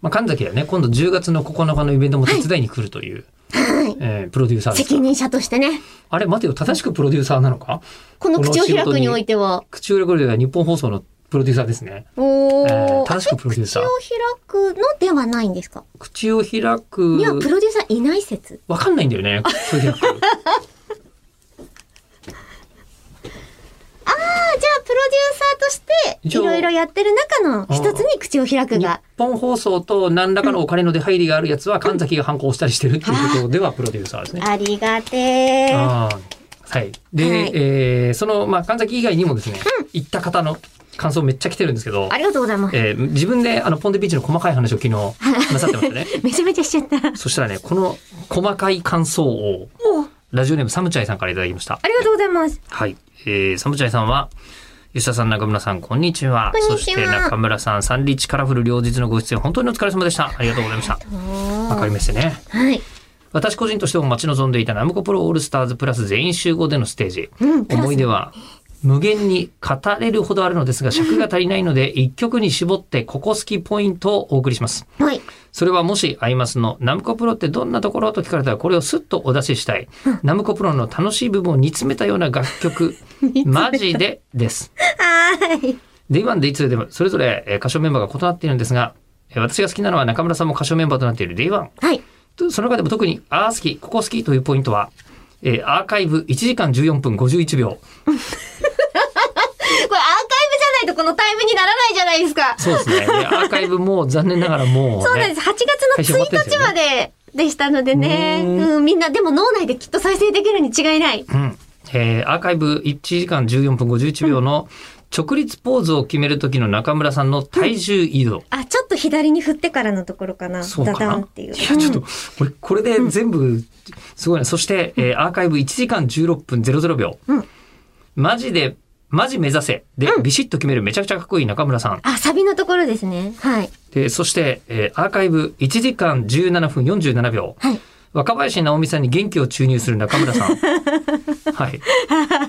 まあ、神崎はね、今度10月の9日のイベントも手伝いに来るという、はい。えープロデューサーですか責任者としてね、あれ、待てよ、正しくプロデューサーなのかこの口を開くにおいては、口をレコでは日本放送のプロデューサーですね。おえーー、正しくプロデュー口サをー。開くのではないんですか口を開いや、プく、ロデューサーいない説。わかんないんだよね、口 を開く。あじゃあ、プロデューサーとして、一応いろいろやってる中の一つに口を開く日が。本放送と何らかのお金の出入りがあるやつは神崎が反抗したりしてるっていうことではプロデューサーですね。ありがてー。あーはい。で、はいえーその、まあ、神崎以外にもですね、行った方の感想めっちゃ来てるんですけどあ、りがとうございます。えー自分であのポンデビーチの細かい話を昨日なさってました ね。めちゃめちゃしちゃった。そしたらね、この細かい感想をおラジオネームサムチャイさんからいただきましたあ。りがとうございます。はい。えー、サムチャイさんは、吉田さん、中村さん、こんにちは。こんにちはそして中村さん、サンリッチカラフル両日のご出演、本当にお疲れ様でした。ありがとうございました。わかりましたね。はい。私個人としても待ち望んでいたナムコプロオールスターズプラス全員集合でのステージ。うん、プラス思い出は無限に語れるほどあるのですが尺が足りないので一曲に絞ってここ好きポイントをお送りします。はい。それはもしアイマスのナムコプロってどんなところと聞かれたらこれをスッとお出し したい。ナムコプロの楽しい部分を煮詰めたような楽 曲。マジでです。はーい。 D1、D2 でもそれぞれえー歌唱メンバーが異なっているんですが、えー私が好きなのは中村さんも歌唱メンバーとなっている D1。はい。とその中でも特に、あー好き、ここ好きというポイントは、えーアーカイブ1時間14分51秒。これアーカイブじゃないとこのタイムにならないじゃないですか。そうです ね。でアーカイブも終わ残念ながらもう、ね、そうなんです。8配月信終のわってるん1です日よねまででしたのでね。ねうん、みんな、でも脳内できっと再生できるに違いない。うん。えーアーカイブ1時間14分51秒の直立ポーズを決める時の中村さんの体重移動。あ、ちょっと左に振ってからのところかな。そうかダダなンっていう。や、ちょっと、うんこれ、これで全部、すごいな。そして、えーアーカイブ1時間16分00秒。うんマジで、マジ目指せ。で、ビシッと決めるめちゃくちゃかっこいい中村さん。あ、サビのところですね。はい。で、そして、えーアーカイブ1時間17分47秒。はい若林直美さんに元気を注入する中村さ ん。はい。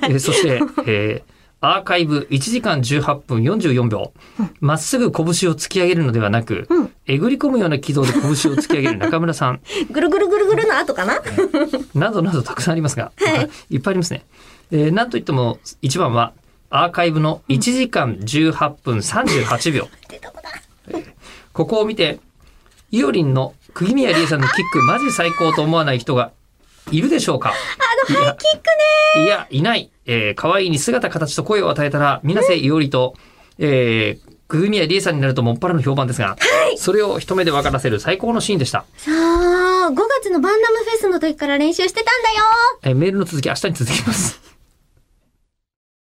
えーそして、えーアーカイブ1時間18分44秒。まっすぐ拳を突き上げるのではなく、うんえぐり込むような軌道で拳を突き上げる中村さん。ぐるぐるぐるぐるの後かな。などなどたくさんありますが、 い、っぱいありますね。えーなんといっても一番はアーカイブの1時間18分38秒。ここを見て、イオリンの釘宮理恵さんのキックマジ最高と思わない人がいるでしょうかあのハイキックねいや、いない。えー、可愛いに姿形と声を与えたら、水瀬いおりと、えー、釘宮理恵さんになるともっぱらの評判ですが、それを一目で分からせる最高のシーンでした。さあ、5月のバンダムフェスの時から練習してたんだよ。えーメールの続き、明日に続きます。